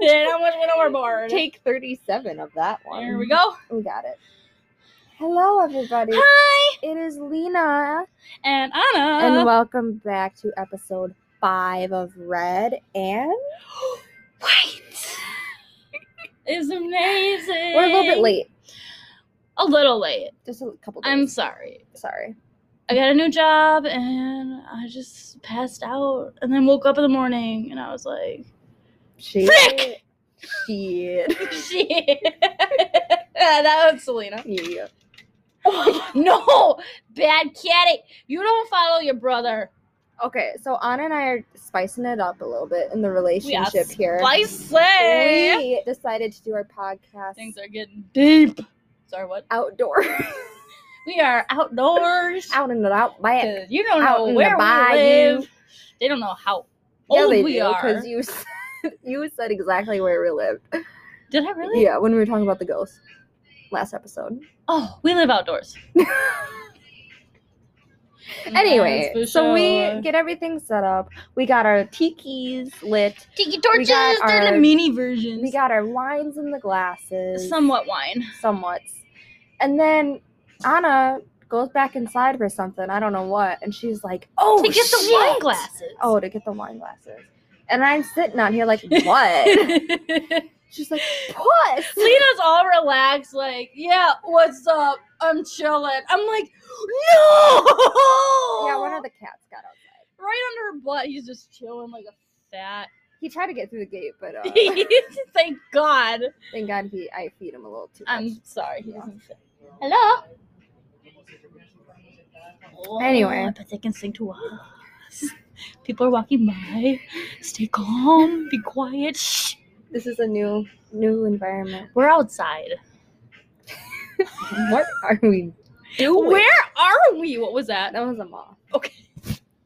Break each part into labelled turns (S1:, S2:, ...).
S1: it. How much we know we're bored.
S2: Take 37 of that one.
S1: Here we go.
S2: We got it. Hello, everybody.
S1: Hi,
S2: It is Lena.
S1: and Anna.
S2: and welcome back to episode five of Red. And
S1: Wait. it's amazing.
S2: we're a little bit late.
S1: A little late.
S2: Just a couple days.
S1: I'm sorry.
S2: sorry.
S1: I got a new job and I just passed out and then woke up in the morning and I was like,
S2: Shit.
S1: Frick!
S2: Shit.
S1: shit. that was Selena.
S2: Yeah.
S1: no, bad kitty. You don't follow your brother.
S2: Okay, so Anna and I are spicing it up a little bit in the relationship here.
S1: Spicy.
S2: We decided to do our podcast
S1: Things are getting deep. Sorry, what?
S2: outdoor,
S1: We are outdoors.
S2: out and about back.
S1: 'Cause You don't
S2: out
S1: know
S2: in the
S1: where we
S2: bayou.
S1: live. They don't know how
S2: yeah,
S1: old
S2: they
S1: Oh, we
S2: do,
S1: are.
S2: you said, you said exactly where we lived.
S1: Did I really?
S2: Yeah, when we were talking about the ghost last episode.
S1: Oh, we live outdoors.
S2: Anyway,
S1: Yes, for
S2: so we
S1: sure.
S2: get everything set up. We got our tiki's lit.
S1: tiki torches.
S2: got
S1: They're
S2: our-
S1: the mini versions.
S2: We got our wines in the glasses.
S1: somewhat wine.
S2: somewhat. And then Anna goes back inside for something. I don't know what. And she's like, oh,
S1: to get the
S2: shit!"
S1: wine glasses.
S2: Oh, to get the wine glasses. And I'm sitting out here like, what? she's like, puss.
S1: Lena's all relaxed, like, yeah, what's up? I'm chilling. I'm like, no.
S2: Yeah, one of the cats got outside.
S1: right under her butt. He's just chilling like a fat.
S2: He tried to get through the gate, but uh,
S1: Thank God.
S2: thank God he I feed him a little too much.
S1: I'm sorry. He doesn't fit. Hello.
S2: Anyway.
S1: Oh, but they can sing to us. People are walking by. Stay calm. Be quiet. Shh.
S2: this is a new new environment.
S1: We're outside.
S2: What are we doing?
S1: Where are we? What was that?
S2: That was a moth.
S1: Okay.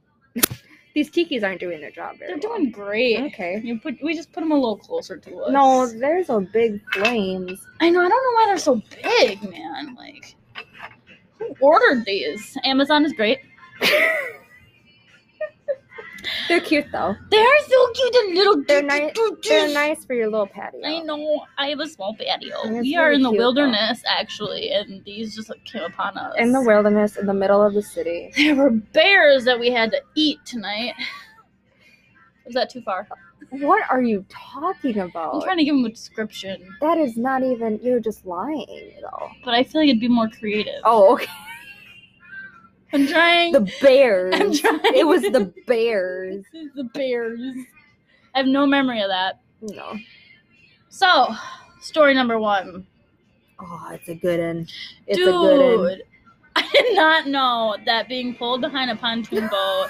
S2: These tiki's aren't doing their job very
S1: They're
S2: well.
S1: doing great.
S2: Okay.
S1: You put, we just put them a little closer to us.
S2: No, there's a big flames.
S1: I know. I don't know why they're so big, man. Like, who ordered these? Amazon is great.
S2: They're cute though.
S1: They are so cute and little.
S2: They're
S1: cute,
S2: nice.
S1: cute,
S2: They're
S1: cute.
S2: nice for your little patio.
S1: I know. I have a small patio.
S2: And it's
S1: We are
S2: really
S1: in the
S2: cute, though.
S1: wilderness, actually, and these just like, came upon us.
S2: In the wilderness, in the middle of the city.
S1: There were bears that we had to eat tonight. Was that too far?
S2: What are you talking
S1: I'm
S2: about?
S1: trying to give them a description,
S2: That is not even. You're just lying, though.
S1: but I feel like it'd be more creative.
S2: Oh, okay.
S1: I'm trying.
S2: The bears.
S1: I'm trying.
S2: It was the bears.
S1: the bears. I have no memory of that.
S2: No.
S1: So, story number one.
S2: Oh, it's a good one. It's
S1: Dude,
S2: a good one.
S1: I did not know that being pulled behind a pontoon boat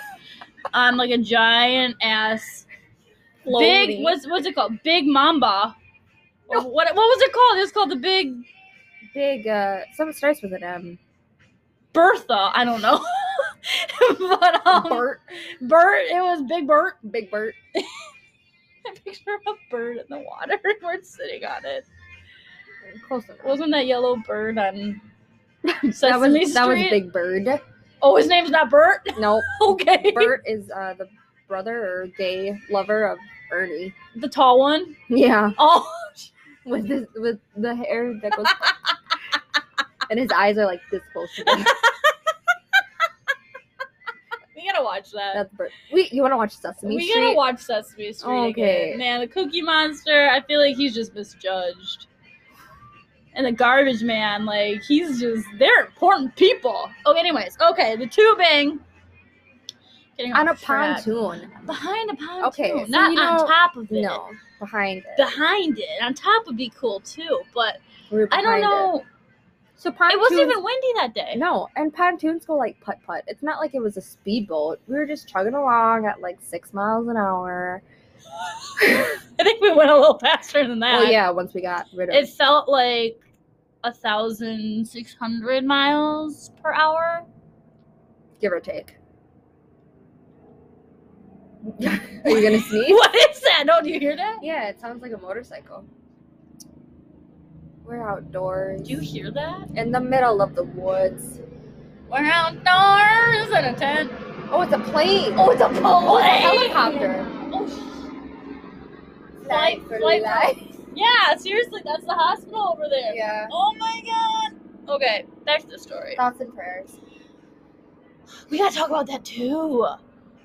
S1: on like a giant ass big
S2: Floaty.
S1: what's what's it called? Big Mamba. Or What what was it called? It was called the Big
S2: big. Uh, something starts with an M.
S1: Bertha. I don't know. but um, Bert.
S2: Bert.
S1: it was Big Bert.
S2: Big Bert.
S1: I picture a bird in the water and we're sitting on it.
S2: Close enough.
S1: Wasn't that yellow bird on
S2: that was
S1: Sesame Street?
S2: that was Big Bird.
S1: Oh, his name's not Bert.
S2: No,
S1: Okay,
S2: Bert is uh, the brother or gay lover of Ernie.
S1: the tall one.
S2: Yeah,
S1: Oh,
S2: with his, with the hair that goes, and his eyes are like this close. to them.
S1: we gotta watch that.
S2: That's Bert. Wait, you want to watch Sesame
S1: we
S2: Street? Oh,
S1: gotta watch Sesame Street.
S2: Okay.
S1: again. man, the Cookie Monster. I feel like he's just misjudged. And the garbage man, like he's just—they're important people. Okay, anyways, okay, the tubing. Getting
S2: on a
S1: off track.
S2: pontoon.
S1: Behind a pontoon.
S2: Okay, so
S1: not
S2: you
S1: on
S2: know-
S1: top of it.
S2: No, behind it.
S1: Behind it. On top would be cool too, but
S2: We were
S1: I don't
S2: behind it.
S1: know.
S2: So pontoons.
S1: It wasn't even windy that day.
S2: No, and pontoons go like putt putt. It's not like it was a speedboat. We were just chugging along at like six miles an hour.
S1: I think we went a little faster than that.
S2: Oh yeah, once we got rid of
S1: It felt like a thousand six hundred miles per hour.
S2: give or take. Are you gonna sneeze?
S1: What is that? No, do you hear that?
S2: Yeah, it sounds like a motorcycle. We're outdoors.
S1: Do you hear that?
S2: in the middle of the woods.
S1: We're outdoors in a tent.
S2: Oh, it's a plane.
S1: Oh, it's a plane.
S2: Oh, it's a helicopter.
S1: Oh,
S2: flight
S1: Flight-
S2: for
S1: flight-
S2: Lilai.
S1: Yeah, seriously, that's the hospital over there.
S2: Yeah.
S1: Oh my god. Okay, back to the story.
S2: Thoughts and prayers.
S1: We gotta talk about that too.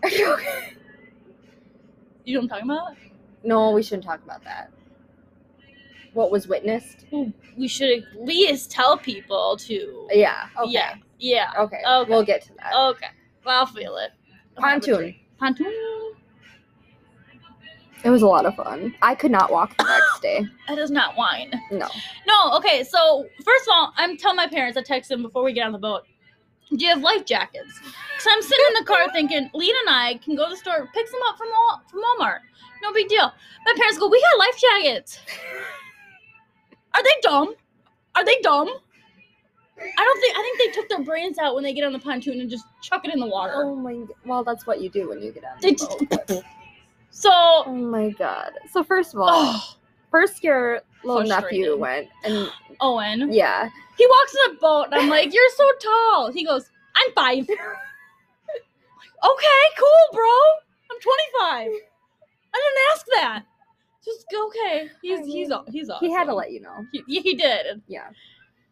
S2: Are you okay?
S1: You know what I'm talking about?
S2: No, we shouldn't talk about that. What was witnessed?
S1: We should at least tell people to.
S2: Yeah. Okay.
S1: Yeah. Yeah.
S2: Okay.
S1: Okay.
S2: We'll get to that.
S1: Okay. Well, I'll feel it. I'll have a
S2: Pontoon.
S1: drink. Pontoon.
S2: It was a lot of fun. I could not walk the next day.
S1: That is not wine.
S2: No.
S1: No, okay, so first of all, I'm telling my parents, I text them before we get on the boat, do you have life jackets? Because I'm sitting in the car thinking, Lena and I can go to the store, pick some up from, Wal- from Walmart. No big deal. My parents go, we got life jackets. Are they dumb? Are they dumb? I don't think, I think they took their brains out when they get on the pontoon and just chuck it in the water.
S2: Oh my. g- Well, that's what you do when you get on.
S1: They
S2: the
S1: just-
S2: boat.
S1: So,
S2: oh my god. So first of all,
S1: oh,
S2: first your little nephew
S1: Frustrated.
S2: went, and
S1: Owen,
S2: yeah,
S1: he walks in the boat and I'm like, you're so tall. He goes, I'm five. okay, cool, bro. I'm 25. I didn't ask that. Just go, okay. He's
S2: I
S1: he's
S2: mean,
S1: aw- he's awesome.
S2: he had to let you know.
S1: He, yeah, he did.
S2: Yeah.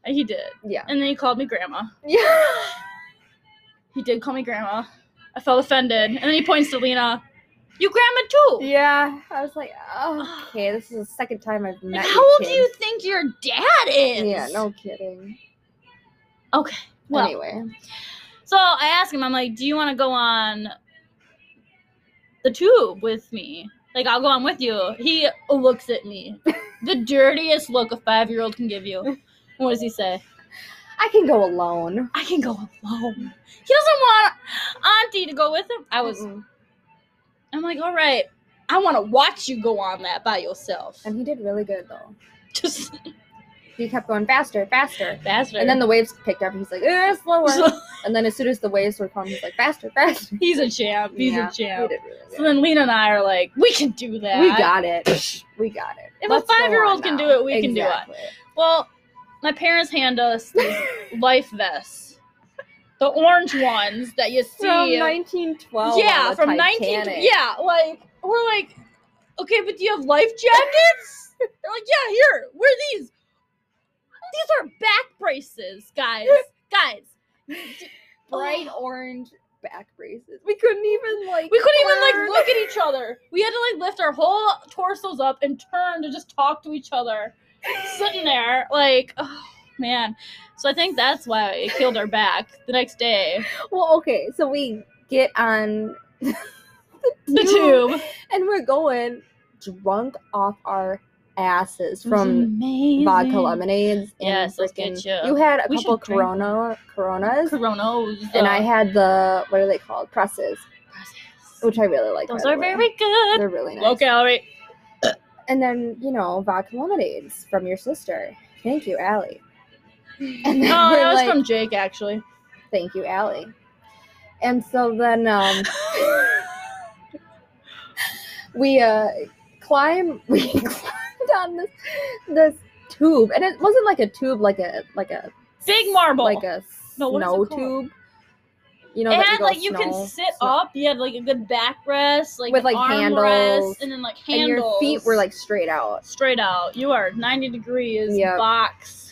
S1: And He did.
S2: Yeah.
S1: And then he called me grandma.
S2: Yeah.
S1: He did call me grandma. I felt offended. And then he points to Lena. You grandma too.
S2: Yeah. I was like, oh, okay, this is the second time I've met.
S1: Like,
S2: you
S1: how old do
S2: kids."
S1: you think your dad is?
S2: Yeah. No kidding.
S1: Okay. Well,
S2: anyway,
S1: So I asked him, I'm like, do you want to go on the tube with me? Like, I'll go on with you. He looks at me. the dirtiest look a five year old can give you. And What does he say?
S2: I can go alone.
S1: I can go alone. He doesn't want Auntie to go with him. I was,
S2: Mm-mm.
S1: I'm like, all right, I want to watch you go on that by yourself.
S2: And he did really good though.
S1: Just
S2: He kept going faster, faster.
S1: faster.
S2: And then the waves picked up, and he's like, eh, slower.
S1: So,
S2: and then as soon as the waves were calm, he's like, faster, faster.
S1: he's a champ. He's
S2: Yeah,
S1: a
S2: He
S1: champ.
S2: did really
S1: So
S2: good.
S1: then Lena and I are like, we can do that.
S2: We got it. We got it.
S1: If a
S2: Let's go
S1: five-year-old
S2: on
S1: can
S2: now.
S1: do it, we can do it.
S2: exactly.
S1: Well, my parents hand us these life vests, the orange ones that you see.
S2: From 1912.
S1: yeah,
S2: on the
S1: from
S2: Titanic.
S1: Yeah, like we're like, okay, but do you have life jackets? They're like, yeah, here, wear these. These are back braces, guys. Guys,
S2: Bright orange back braces. We couldn't even like.
S1: we couldn't even like
S2: learn.
S1: look at each other. We had to like lift our whole torsos up and turn to just talk to each other, sitting there like, oh man. So I think that's why it killed our back the next day.
S2: Well, okay, so we get on
S1: The tube
S2: and we're going drunk off our asses
S1: Mm-hmm.
S2: from
S1: Amazing.
S2: vodka lemonades. And
S1: Yes, let's get
S2: frickin-
S1: ya.
S2: You had a
S1: We
S2: couple
S1: should drink.
S2: Corona Coronas,
S1: Coronos.
S2: and
S1: uh,
S2: I had the what are they called presses,
S1: process.
S2: which I really like.
S1: Those
S2: by the
S1: are
S2: way.
S1: very good.
S2: They're really nice.
S1: Low calorie.
S2: And then, you know, vodka lemonades from your sister. Thank you, Allie. And then
S1: No,
S2: we're
S1: Oh, that was
S2: like,
S1: from Jake actually.
S2: thank you, Allie. And so then um, we uh, climb, we climbed on this this tube, and it wasn't like a tube, like a like a
S1: Big marble.
S2: like a
S1: No, what is it
S2: snow
S1: called?
S2: tube. You know,
S1: it
S2: that
S1: had
S2: go
S1: like you can
S2: snow-
S1: sit
S2: snow-
S1: up. You had like a good backrest, like
S2: With, like,
S1: arm
S2: handles,
S1: rest, and then like handles.
S2: and your feet were like straight out.
S1: straight out. You are 90 degrees
S2: Yep.
S1: box.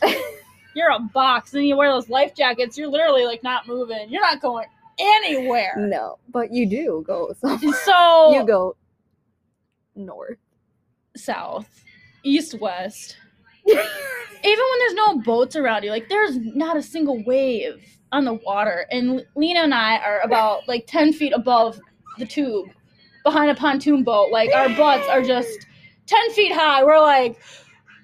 S1: You're a box, and you wear those life jackets. You're literally like not moving. You're not going anywhere.
S2: No, but you do go. So
S1: And So
S2: you go north.
S1: south, east, west. Even when there's no boats around you, like there's not a single wave on the water. And L- Lena and I are about like 10 feet above the tube, behind a pontoon boat. Like our butts are just 10 feet high. We're like,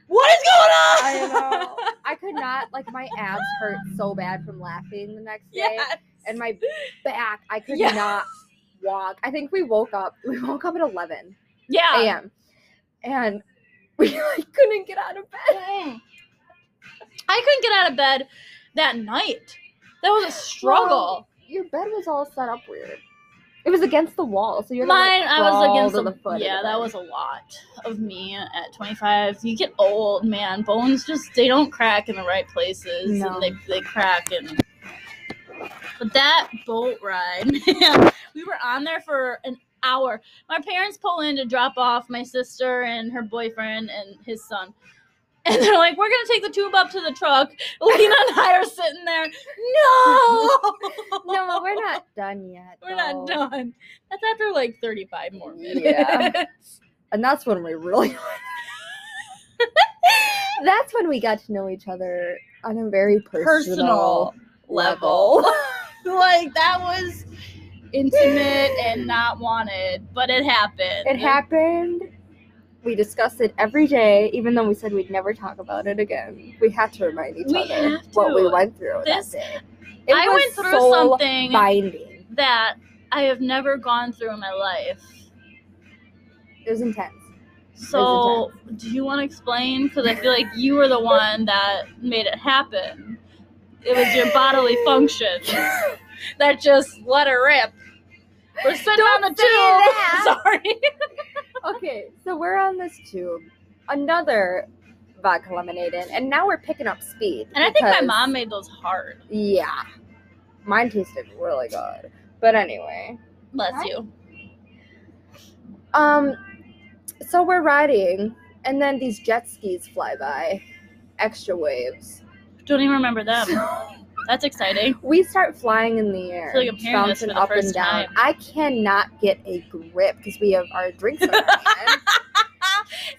S1: what is going on?
S2: I know. I could not like my abs hurt so bad from laughing the next day,
S1: Yes.
S2: and my back I could
S1: Yes.
S2: not walk. I think we woke up. We woke up at eleven
S1: yeah.
S2: a.m. and we like couldn't get out of bed.
S1: Mm. I couldn't get out of bed that night. That was a struggle.
S2: Well, your bed was all set up weird. It was against the wall, so you're
S1: Mine, I was against
S2: the,
S1: the,
S2: the foot. of
S1: yeah.
S2: the
S1: That
S2: bed.
S1: was a lot of me at 25. You get old, man. Bones just they don't crack in the right places,
S2: No.
S1: and they they crack and. But that boat ride, man, we were on there for an hour. My parents pull in to drop off my sister and her boyfriend and his son. And they're like, we're going to take the tube up to the truck. Lena and I are sitting there. No!
S2: No, we're not done yet.
S1: We're not
S2: though.
S1: done. That's after like 35 more minutes.
S2: Yeah. And that's when we really. that's when we got to know each other on a very personal,
S1: Personal level. like, that was intimate and not wanted, but it happened.
S2: It happened. We discussed it every day, even though we said we'd never talk about it again. We had to remind each
S1: We
S2: other
S1: have
S2: what we
S1: to.
S2: went through
S1: This-
S2: that day. It
S1: I
S2: was
S1: went through
S2: soul
S1: something
S2: binding.
S1: that I have never gone through in my life.
S2: It was intense.
S1: So, do you want to explain? Because I feel like you were the one that made it happen. It was your bodily function that just let her rip. We're sitting
S2: Don't
S1: on the
S2: say that.
S1: tube.
S2: okay, so we're on this tube, another vodka lemonade in, and now we're picking up speed.
S1: Sorry. And I think my
S2: because-
S1: mom made those hard.
S2: Yeah, mine tasted really good. But anyway,
S1: Bless you.
S2: um, so we're riding, and then these jet skis fly by, extra waves.
S1: Don't even remember them. That's exciting.
S2: we start flying in the air,
S1: I feel like I'm hearing this
S2: bouncing
S1: for the
S2: up and
S1: first
S2: down.
S1: time.
S2: I cannot get a grip because we have our drinks in our hand.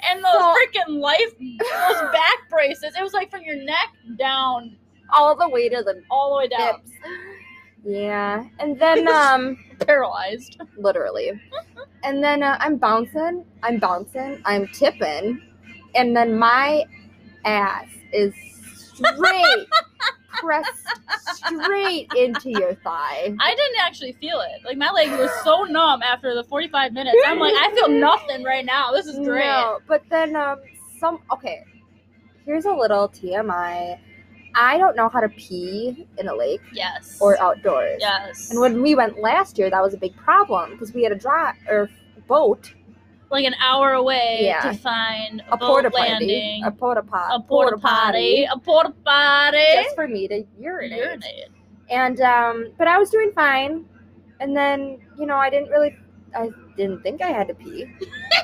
S1: And those
S2: So-
S1: freaking life, those back braces. It was like from your neck down,
S2: all the way to the
S1: all the way down,
S2: hips. Yeah, and then um.
S1: paralyzed.
S2: literally. And then uh, I'm bouncing, I'm bouncing, I'm tipping, and then my ass is straight pressed straight into your thigh.
S1: I didn't actually feel it. Like my leg was so numb after the 45 minutes. I'm like, I feel nothing right now. This is great.
S2: No, but then um some okay. Here's a little TMI. I don't know how to pee in a lake
S1: Yes.
S2: or outdoors.
S1: yes.
S2: And when we went last year, that was a big problem because we had a drive or boat,
S1: like an hour away
S2: Yeah.
S1: to find a,
S2: a
S1: boat
S2: porta potty,
S1: landing,
S2: a porta pot,
S1: a porta potty, a porta potty.
S2: just for me to urinate.
S1: Urinate.
S2: And um, but I was doing fine, and then you know I didn't really, I didn't think I had to pee.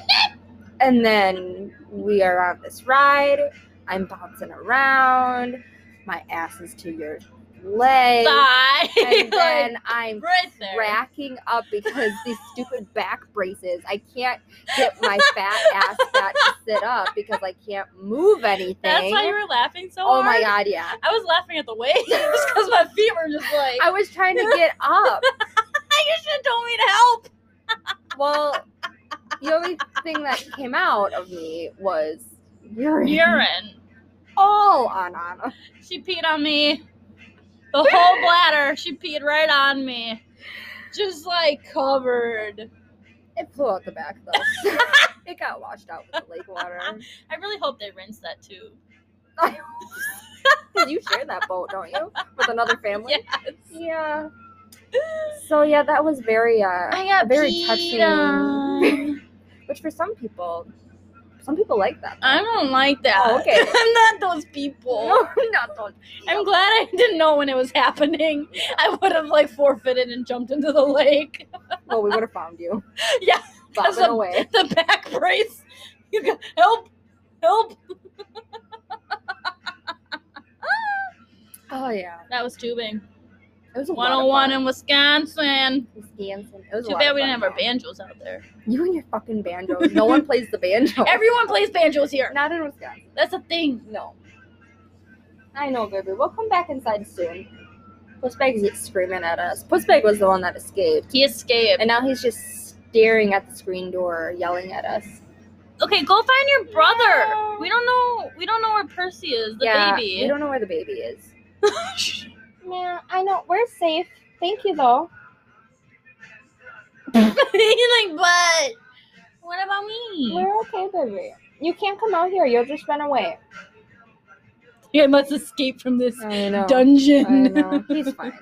S2: and then we are on this ride. I'm bouncing around. My ass is to your leg,
S1: Sigh.
S2: and
S1: like,
S2: then I'm
S1: right there.
S2: racking up because these stupid back braces. I can't get my fat ass fat to sit up because I can't move anything.
S1: That's why you were laughing so
S2: oh
S1: hard.
S2: my god, yeah.
S1: I was laughing at the waves because my feet were just like,
S2: I was trying to get up.
S1: you should have told me to help.
S2: Well, the only thing that came out of me was urine.
S1: Urine.
S2: All on Anna.
S1: She peed on me. The whole bladder. She peed right on me. Just like covered.
S2: It flew out the back though. it got washed out with the lake water.
S1: I really hope they rinse that too.
S2: You share that boat, don't you? With another family?
S1: Yes.
S2: Yeah. So yeah, that was very uh
S1: I got
S2: very
S1: peed
S2: touching.
S1: on.
S2: Which for some people some people like that.
S1: I don't like that.
S2: Oh, okay.
S1: I'm not those people.
S2: No, not those.
S1: I'm glad I didn't know when it was happening. I would have like forfeited and jumped into the lake.
S2: Well, we would have found you.
S1: Yeah, 'cause
S2: Bobbing
S1: of-
S2: away.
S1: The back brace. You go, help, help.
S2: Oh yeah.
S1: That was tubing.
S2: It was a lot of
S1: 101
S2: fun.
S1: in Wisconsin.
S2: Wisconsin. It was a
S1: Too
S2: lot
S1: bad
S2: of
S1: we
S2: fun,
S1: didn't have our
S2: though.
S1: banjos out there.
S2: You and your fucking banjo. No one plays the banjo.
S1: Everyone plays banjos here.
S2: Not in Wisconsin.
S1: That's a thing.
S2: No. I know, baby. We'll come back inside soon. Pussbag is screaming at us. Pussbag was the one that escaped,
S1: He escaped.
S2: and now he's just staring at the screen door, yelling at us.
S1: Okay, go find your brother.
S2: No.
S1: We don't know. We don't know where Percy is, the
S2: yeah,
S1: baby.
S2: we don't know where the baby is. Yeah, I know. We're safe. Thank you, though.
S1: He's like, but what about me?
S2: okay, baby. You can't come out here. You'll just run away.
S1: I must escape from this
S2: I know. I
S1: dungeon.
S2: know. He's fine.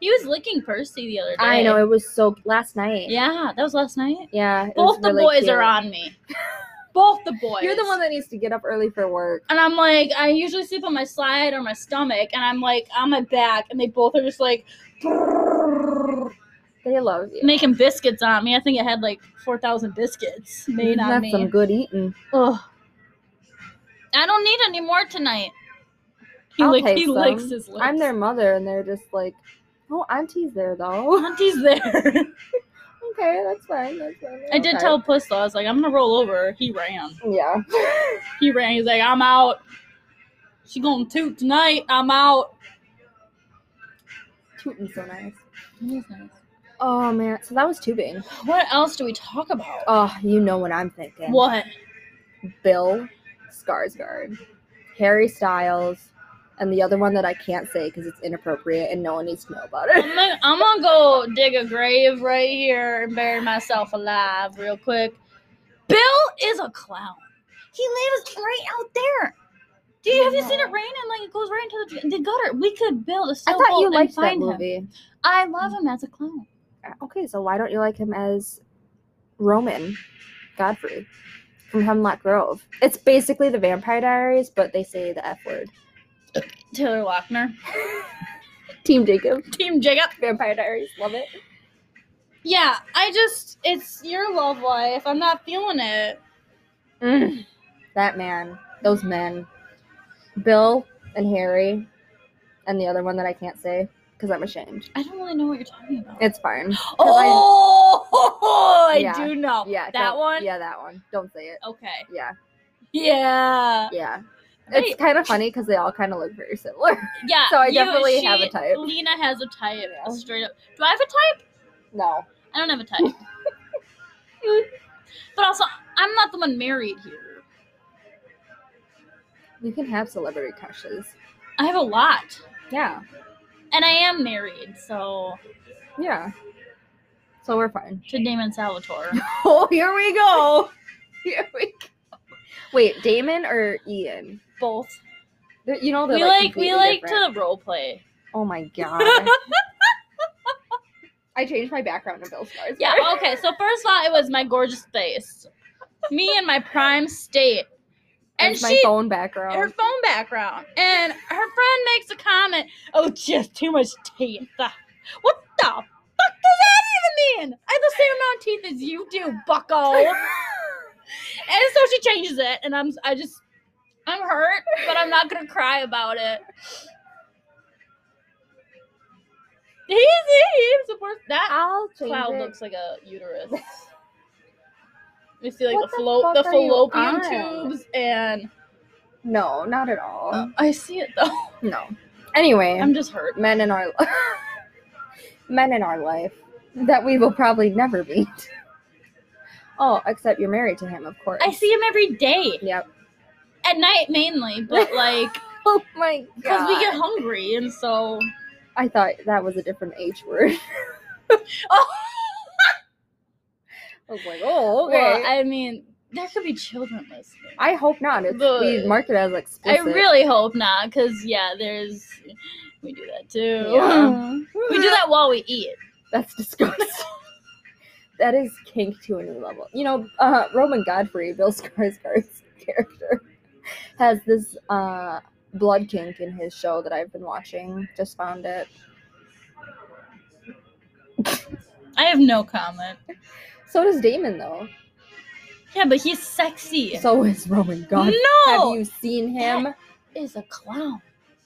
S1: he was licking Percy the other day.
S2: I know. It was so last night.
S1: Yeah, that was last night.
S2: Yeah. it was
S1: Both the
S2: really
S1: boys
S2: cute.
S1: are on me. Both the boys.
S2: You're the one that needs to get up early for work.
S1: and I'm like, I usually sleep on my side or my stomach, and I'm like on my back, and they both are just like,
S2: They love you.
S1: making biscuits on me. I think it had like 4,000 biscuits made on
S2: That's
S1: me.
S2: some good eating.
S1: Ugh. I don't need any more tonight. He,
S2: I'll
S1: lick-
S2: taste
S1: he
S2: them.
S1: licks his lips.
S2: I'm their mother, and they're just like, oh, auntie's there though.
S1: Auntie's there.
S2: okay, that's fine. That's fine.
S1: I did
S2: okay.
S1: tell Puss though, I was like, I'm gonna roll over. He ran.
S2: Yeah.
S1: He ran. He's like, I'm out. She gonna toot tonight. I'm out.
S2: Tootin's so nice.
S1: That is nice.
S2: Oh man, so that was tubing.
S1: What else do we talk about?
S2: Oh, you know what I'm thinking.
S1: what?
S2: Bill Skarsgård, Harry Styles, and the other one that I can't say because it's inappropriate and no one needs to know about
S1: I'm
S2: it.
S1: gonna, I'm gonna go dig a grave right here and bury myself alive real quick. Bill is a clown. He lives right out there. Do you have you seen it raining? Like it goes right into the, the gutter. We could build a
S2: I
S1: sailboat
S2: thought you
S1: and
S2: liked that
S1: find him.
S2: movie.
S1: I love him as a clown.
S2: Okay, so why don't you like him as Roman Godfrey from Hemlock Grove? It's basically the Vampire Diaries, but they say the F word.
S1: Taylor Lochner,
S2: Team Jacob,
S1: Team Jacob.
S2: Vampire Diaries, love it.
S1: Yeah, I just it's your love life. I'm not feeling it. Mm.
S2: That man, those men, Bill and Harry, and the other one that I can't say because I'm ashamed.
S1: I don't really know what you're talking about.
S2: It's fine.
S1: oh, I,
S2: Yeah,
S1: do know.
S2: Yeah,
S1: that
S2: don't-
S1: one.
S2: Yeah, that one. Don't say it.
S1: Okay.
S2: Yeah,
S1: Yeah.
S2: yeah.
S1: Wait.
S2: It's kind of funny because they all kind of look very similar.
S1: Yeah.
S2: So I definitely have a type.
S1: Lena has a type.
S2: Yeah.
S1: Straight up. Do I have a type?
S2: no.
S1: I don't have a type. but also, I'm not the one married here.
S2: You can have celebrity crushes.
S1: I have a lot,
S2: Yeah.
S1: and I am married. So
S2: Yeah. So we're fine.
S1: to Damon Salvatore,
S2: Oh, here we go. Here we go. Wait, Damon or Ian?
S1: both.
S2: They're- You know they're
S1: we
S2: like,
S1: like we
S2: completely
S1: like
S2: different.
S1: to role play.
S2: Oh my god. I changed my background to Bill Skarsgård.
S1: Yeah, okay. So first of all, it was my gorgeous face, me in my prime state, and
S2: It's my
S1: she
S2: phone
S1: her
S2: background.
S1: phone background, and her friend makes a comment. Oh, just too much teeth. What the fuck does that even mean? I have the same amount of teeth as you do, Bucko. and so she changes it, and I'm I just I'm hurt, but I'm not gonna cry about it. He's he supports that
S2: I'll change
S1: cloud
S2: it.
S1: looks like a uterus. you see, like
S2: What
S1: the,
S2: the
S1: fallo-
S2: fuck
S1: the
S2: are you
S1: fallopian
S2: on? Um,
S1: tubes, and uh,
S2: No, not at all.
S1: I see it though.
S2: no. Anyway,
S1: Oh. I'm just hurt.
S2: men in our men in our life that we will probably never meet. Oh, except you're married to him, of course.
S1: I see him every day
S2: Yep.
S1: at night mainly, but like
S2: Oh my god.
S1: because we get hungry, and so
S2: I thought that was a different H word.
S1: oh,
S2: I was like, oh, okay.
S1: well,
S2: I,
S1: I mean, there could be children listening.
S2: hope not. It's,
S1: But-
S2: we mark it as
S1: I
S2: explicit.
S1: really hope not, because yeah, there's we do that too.
S2: Yeah.
S1: we do that while we eat.
S2: That's disgusting. that is kink to a new level. You know, uh, Roman Godfrey, Bill Skarsgård's character, has this uh, blood kink in his show that I've been watching. Just found it.
S1: I have no comment.
S2: So does Damon, though.
S1: Yeah, but he's sexy.
S2: So is Roman Godfrey.
S1: no,
S2: Have you seen him?
S1: is a clown.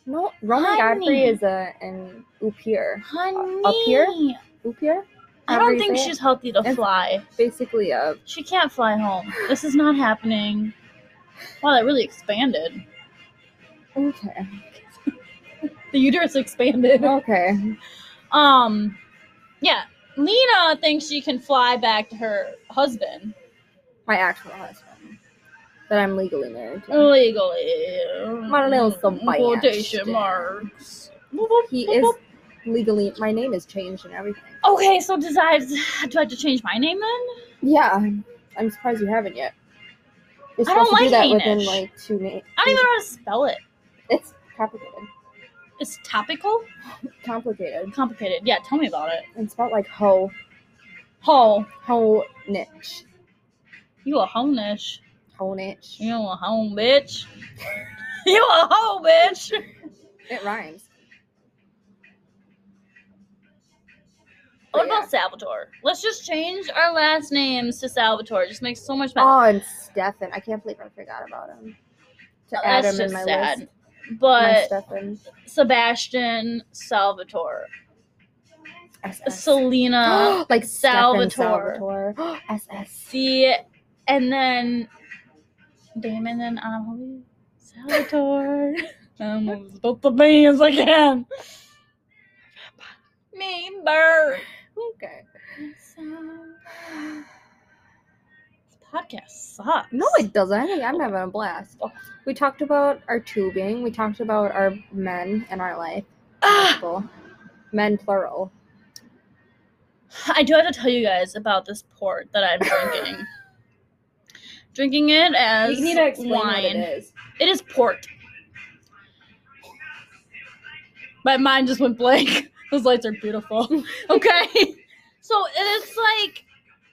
S2: No, Roman
S1: Honey.
S2: Godfrey is a an upir.
S1: Honey.
S2: up here? Upir?
S1: I
S2: However
S1: don't
S2: you
S1: think
S2: say it.
S1: she's healthy to
S2: It's-
S1: fly.
S2: basically uh, a
S1: She can't fly home. This is not happening. Wow, that really expanded.
S2: okay.
S1: The uterus expanded.
S2: Okay.
S1: Um, yeah. Lena thinks she can fly back to her husband
S2: my actual husband that I'm legally married to.
S1: Oh. legally.
S2: My little somebody
S1: Quotation
S2: understand.
S1: marks. Boop, boop,
S2: He
S1: boop,
S2: is
S1: boop.
S2: legally. My name is changed and everything.
S1: Okay, so does I do I have to change my name then?
S2: Yeah, I'm surprised you haven't yet. You're
S1: I don't
S2: supposed to do
S1: like
S2: that within
S1: Hanish.
S2: like two names.
S1: I don't even know how to spell it.
S2: It's complicated.
S1: It's topical?
S2: Complicated.
S1: Complicated. Yeah, tell me about it.
S2: It's spelled like ho
S1: Ho.
S2: ho niche
S1: You a honish.
S2: ho niche.
S1: You a home bitch. you a hoe, bitch.
S2: It rhymes.
S1: What
S2: But yeah.
S1: about Salvatore? Let's just change our last names to Salvatore. It just makes so much better.
S2: Oh, and Stefan. I can't believe I forgot about him. To
S1: Oh, That's
S2: add him in
S1: just
S2: my
S1: sad.
S2: list. my
S1: but
S2: Stefan.
S1: Sebastian Salvatore,
S2: SS.
S1: Selena,
S2: like Stefan
S1: Uh, Salvatore.
S2: Salvatore. SS.
S1: the, and then Damon and Amelie, Salvatore. um, both the names I can. Mean bird.
S2: Okay.
S1: Podcast sucks.
S2: No, it doesn't. I think I'm having a blast.
S1: Oh.
S2: We talked about our tubing. We talked about our men and our life.
S1: Ah!
S2: People. Men plural.
S1: I do have to tell you guys about this port that I'm drinking. drinking it as wine.
S2: is.
S1: It is port. My mind just went blank. Those lights are beautiful. Okay. So it is like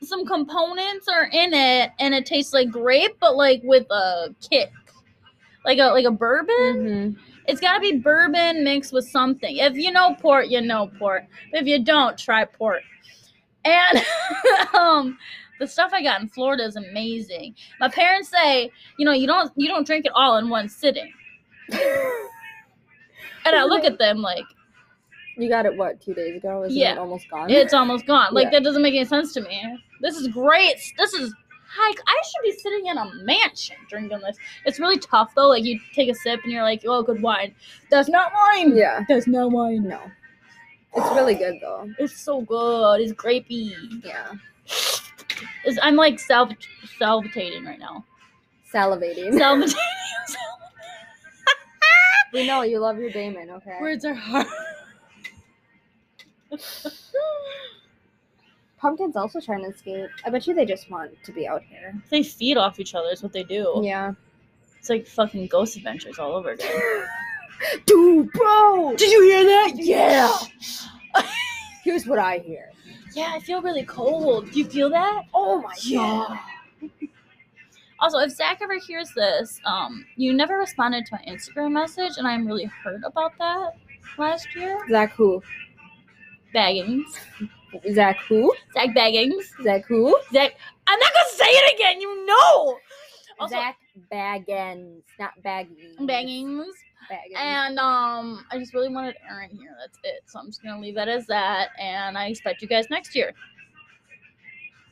S1: some components are in it and it tastes like grape but like with a kick. Like a like a bourbon.
S2: Mm-hmm.
S1: It's got to be bourbon mixed with something. If you know port, you know port. If you don't, try port. And um, the stuff I got in Florida is amazing. My parents say, you know, you don't you don't drink it all in one sitting. And I look at them like
S2: You got it, what, two days ago? Isn't
S1: Yeah.
S2: it almost gone?
S1: it's almost gone. Like
S2: Yeah.
S1: that doesn't make any sense to me. This is great. This is hike. I should be sitting in a mansion drinking this. It's really tough though. Like you take a sip and you're like, oh, good wine. That's not wine.
S2: yeah.
S1: That's not wine.
S2: No. It's really good, though.
S1: It's so good. It's grapey.
S2: Yeah.
S1: It's, I'm like salv- salvitating right now.
S2: Salivating.
S1: Salvitating.
S2: we know you love your Damon, okay?
S1: Words are hard.
S2: Pumpkin's also trying to escape. I bet you they just want to be out here.
S1: They feed off each other. Is what they do.
S2: Yeah.
S1: It's like fucking ghost adventures all over again.
S2: Dude, bro!
S1: Did you hear that?
S2: Yeah. Here's what I hear.
S1: Yeah, I feel really cold. Do you feel that?
S2: Oh my
S1: Yeah. Also, if Zach ever hears this, um, you never responded to my Instagram message, and I'm really hurt about that. Last year,
S2: Zach who?
S1: Baggins,
S2: Zach who?
S1: Zach Baggins,
S2: Zach who?
S1: Zach. I'm not gonna say it again. You know. Also,
S2: Zach Baggins, not Baggy.
S1: Baggins.
S2: Baggins.
S1: And um, I just really wanted Aaron here. That's it. So I'm just gonna leave that as that, and I expect you guys next year.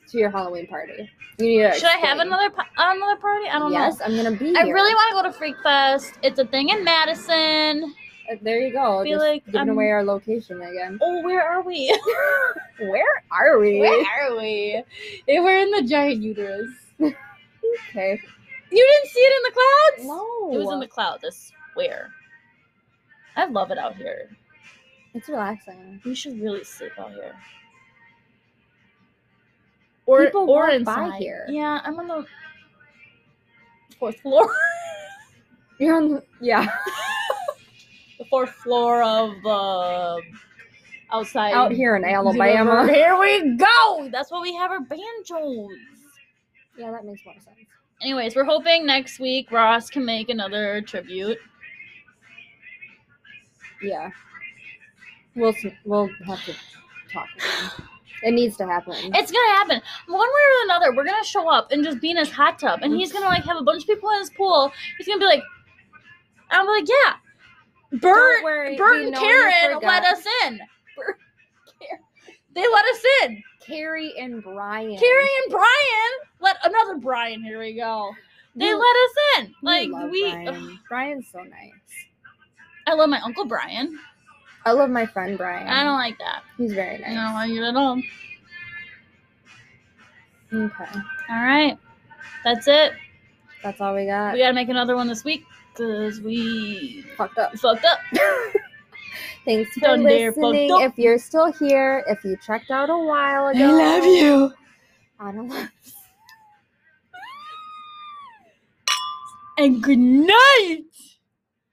S2: to your Halloween party. You need to
S1: Should I have
S2: explain.
S1: another pa- another party? I don't
S2: yes,
S1: know.
S2: I'm gonna be.
S1: I
S2: here.
S1: really want to go to Freak Fest. It's a thing in Madison.
S2: Uh, There you go.
S1: Be
S2: Just
S1: like,
S2: giving
S1: I'm-
S2: away our location again.
S1: Oh, where are we?
S2: Where are we?
S1: where are we? Hey, We're in the giant uterus. You
S2: Okay.
S1: didn't see it in the clouds?
S2: No.
S1: It was in the clouds. I swear. I love it out here.
S2: It's relaxing.
S1: We should really sleep out here. Or
S2: People
S1: or
S2: walk by
S1: inside
S2: here.
S1: Yeah, I'm on the fourth floor.
S2: You're on. The, yeah.
S1: the fourth floor of uh, outside.
S2: Out here in
S1: Univer-
S2: Alabama.
S1: Here we go. That's why we have our banjos.
S2: Yeah, that makes more sense.
S1: Anyways, we're hoping next week Ross can make another tribute.
S2: Yeah. We'll s- we'll have to talk. Again. It needs to happen.
S1: It's gonna happen one way or another. We're gonna show up and just be in his hot tub, and he's gonna like have a bunch of people in his pool. He's gonna be like, I'm like, yeah, Bert,
S2: Don't worry,
S1: Bert
S2: we
S1: and
S2: know
S1: Karen
S2: you
S1: let
S2: forgot."
S1: us in. Bert, Karen, they let us in.
S2: Carrie and Brian.
S1: Carrie and Brian let another Brian. Here we go.
S2: We-
S1: They let us in.
S2: we
S1: Like
S2: love
S1: we,
S2: Brian.
S1: ugh.
S2: Brian's so nice.
S1: I love my uncle Brian.
S2: I love my friend Brian.
S1: I don't like that.
S2: He's very
S1: I don't
S2: nice.
S1: like it at all.
S2: Okay,
S1: All right, that's it.
S2: that's all we got.
S1: We gotta make another one this week because we
S2: Fucked up.
S1: fucked up.
S2: Thanks for
S1: Done there, fucked
S2: listening.
S1: up.
S2: If you're still here, if you checked out a while ago,
S1: you.
S2: I don't love.
S1: And good night.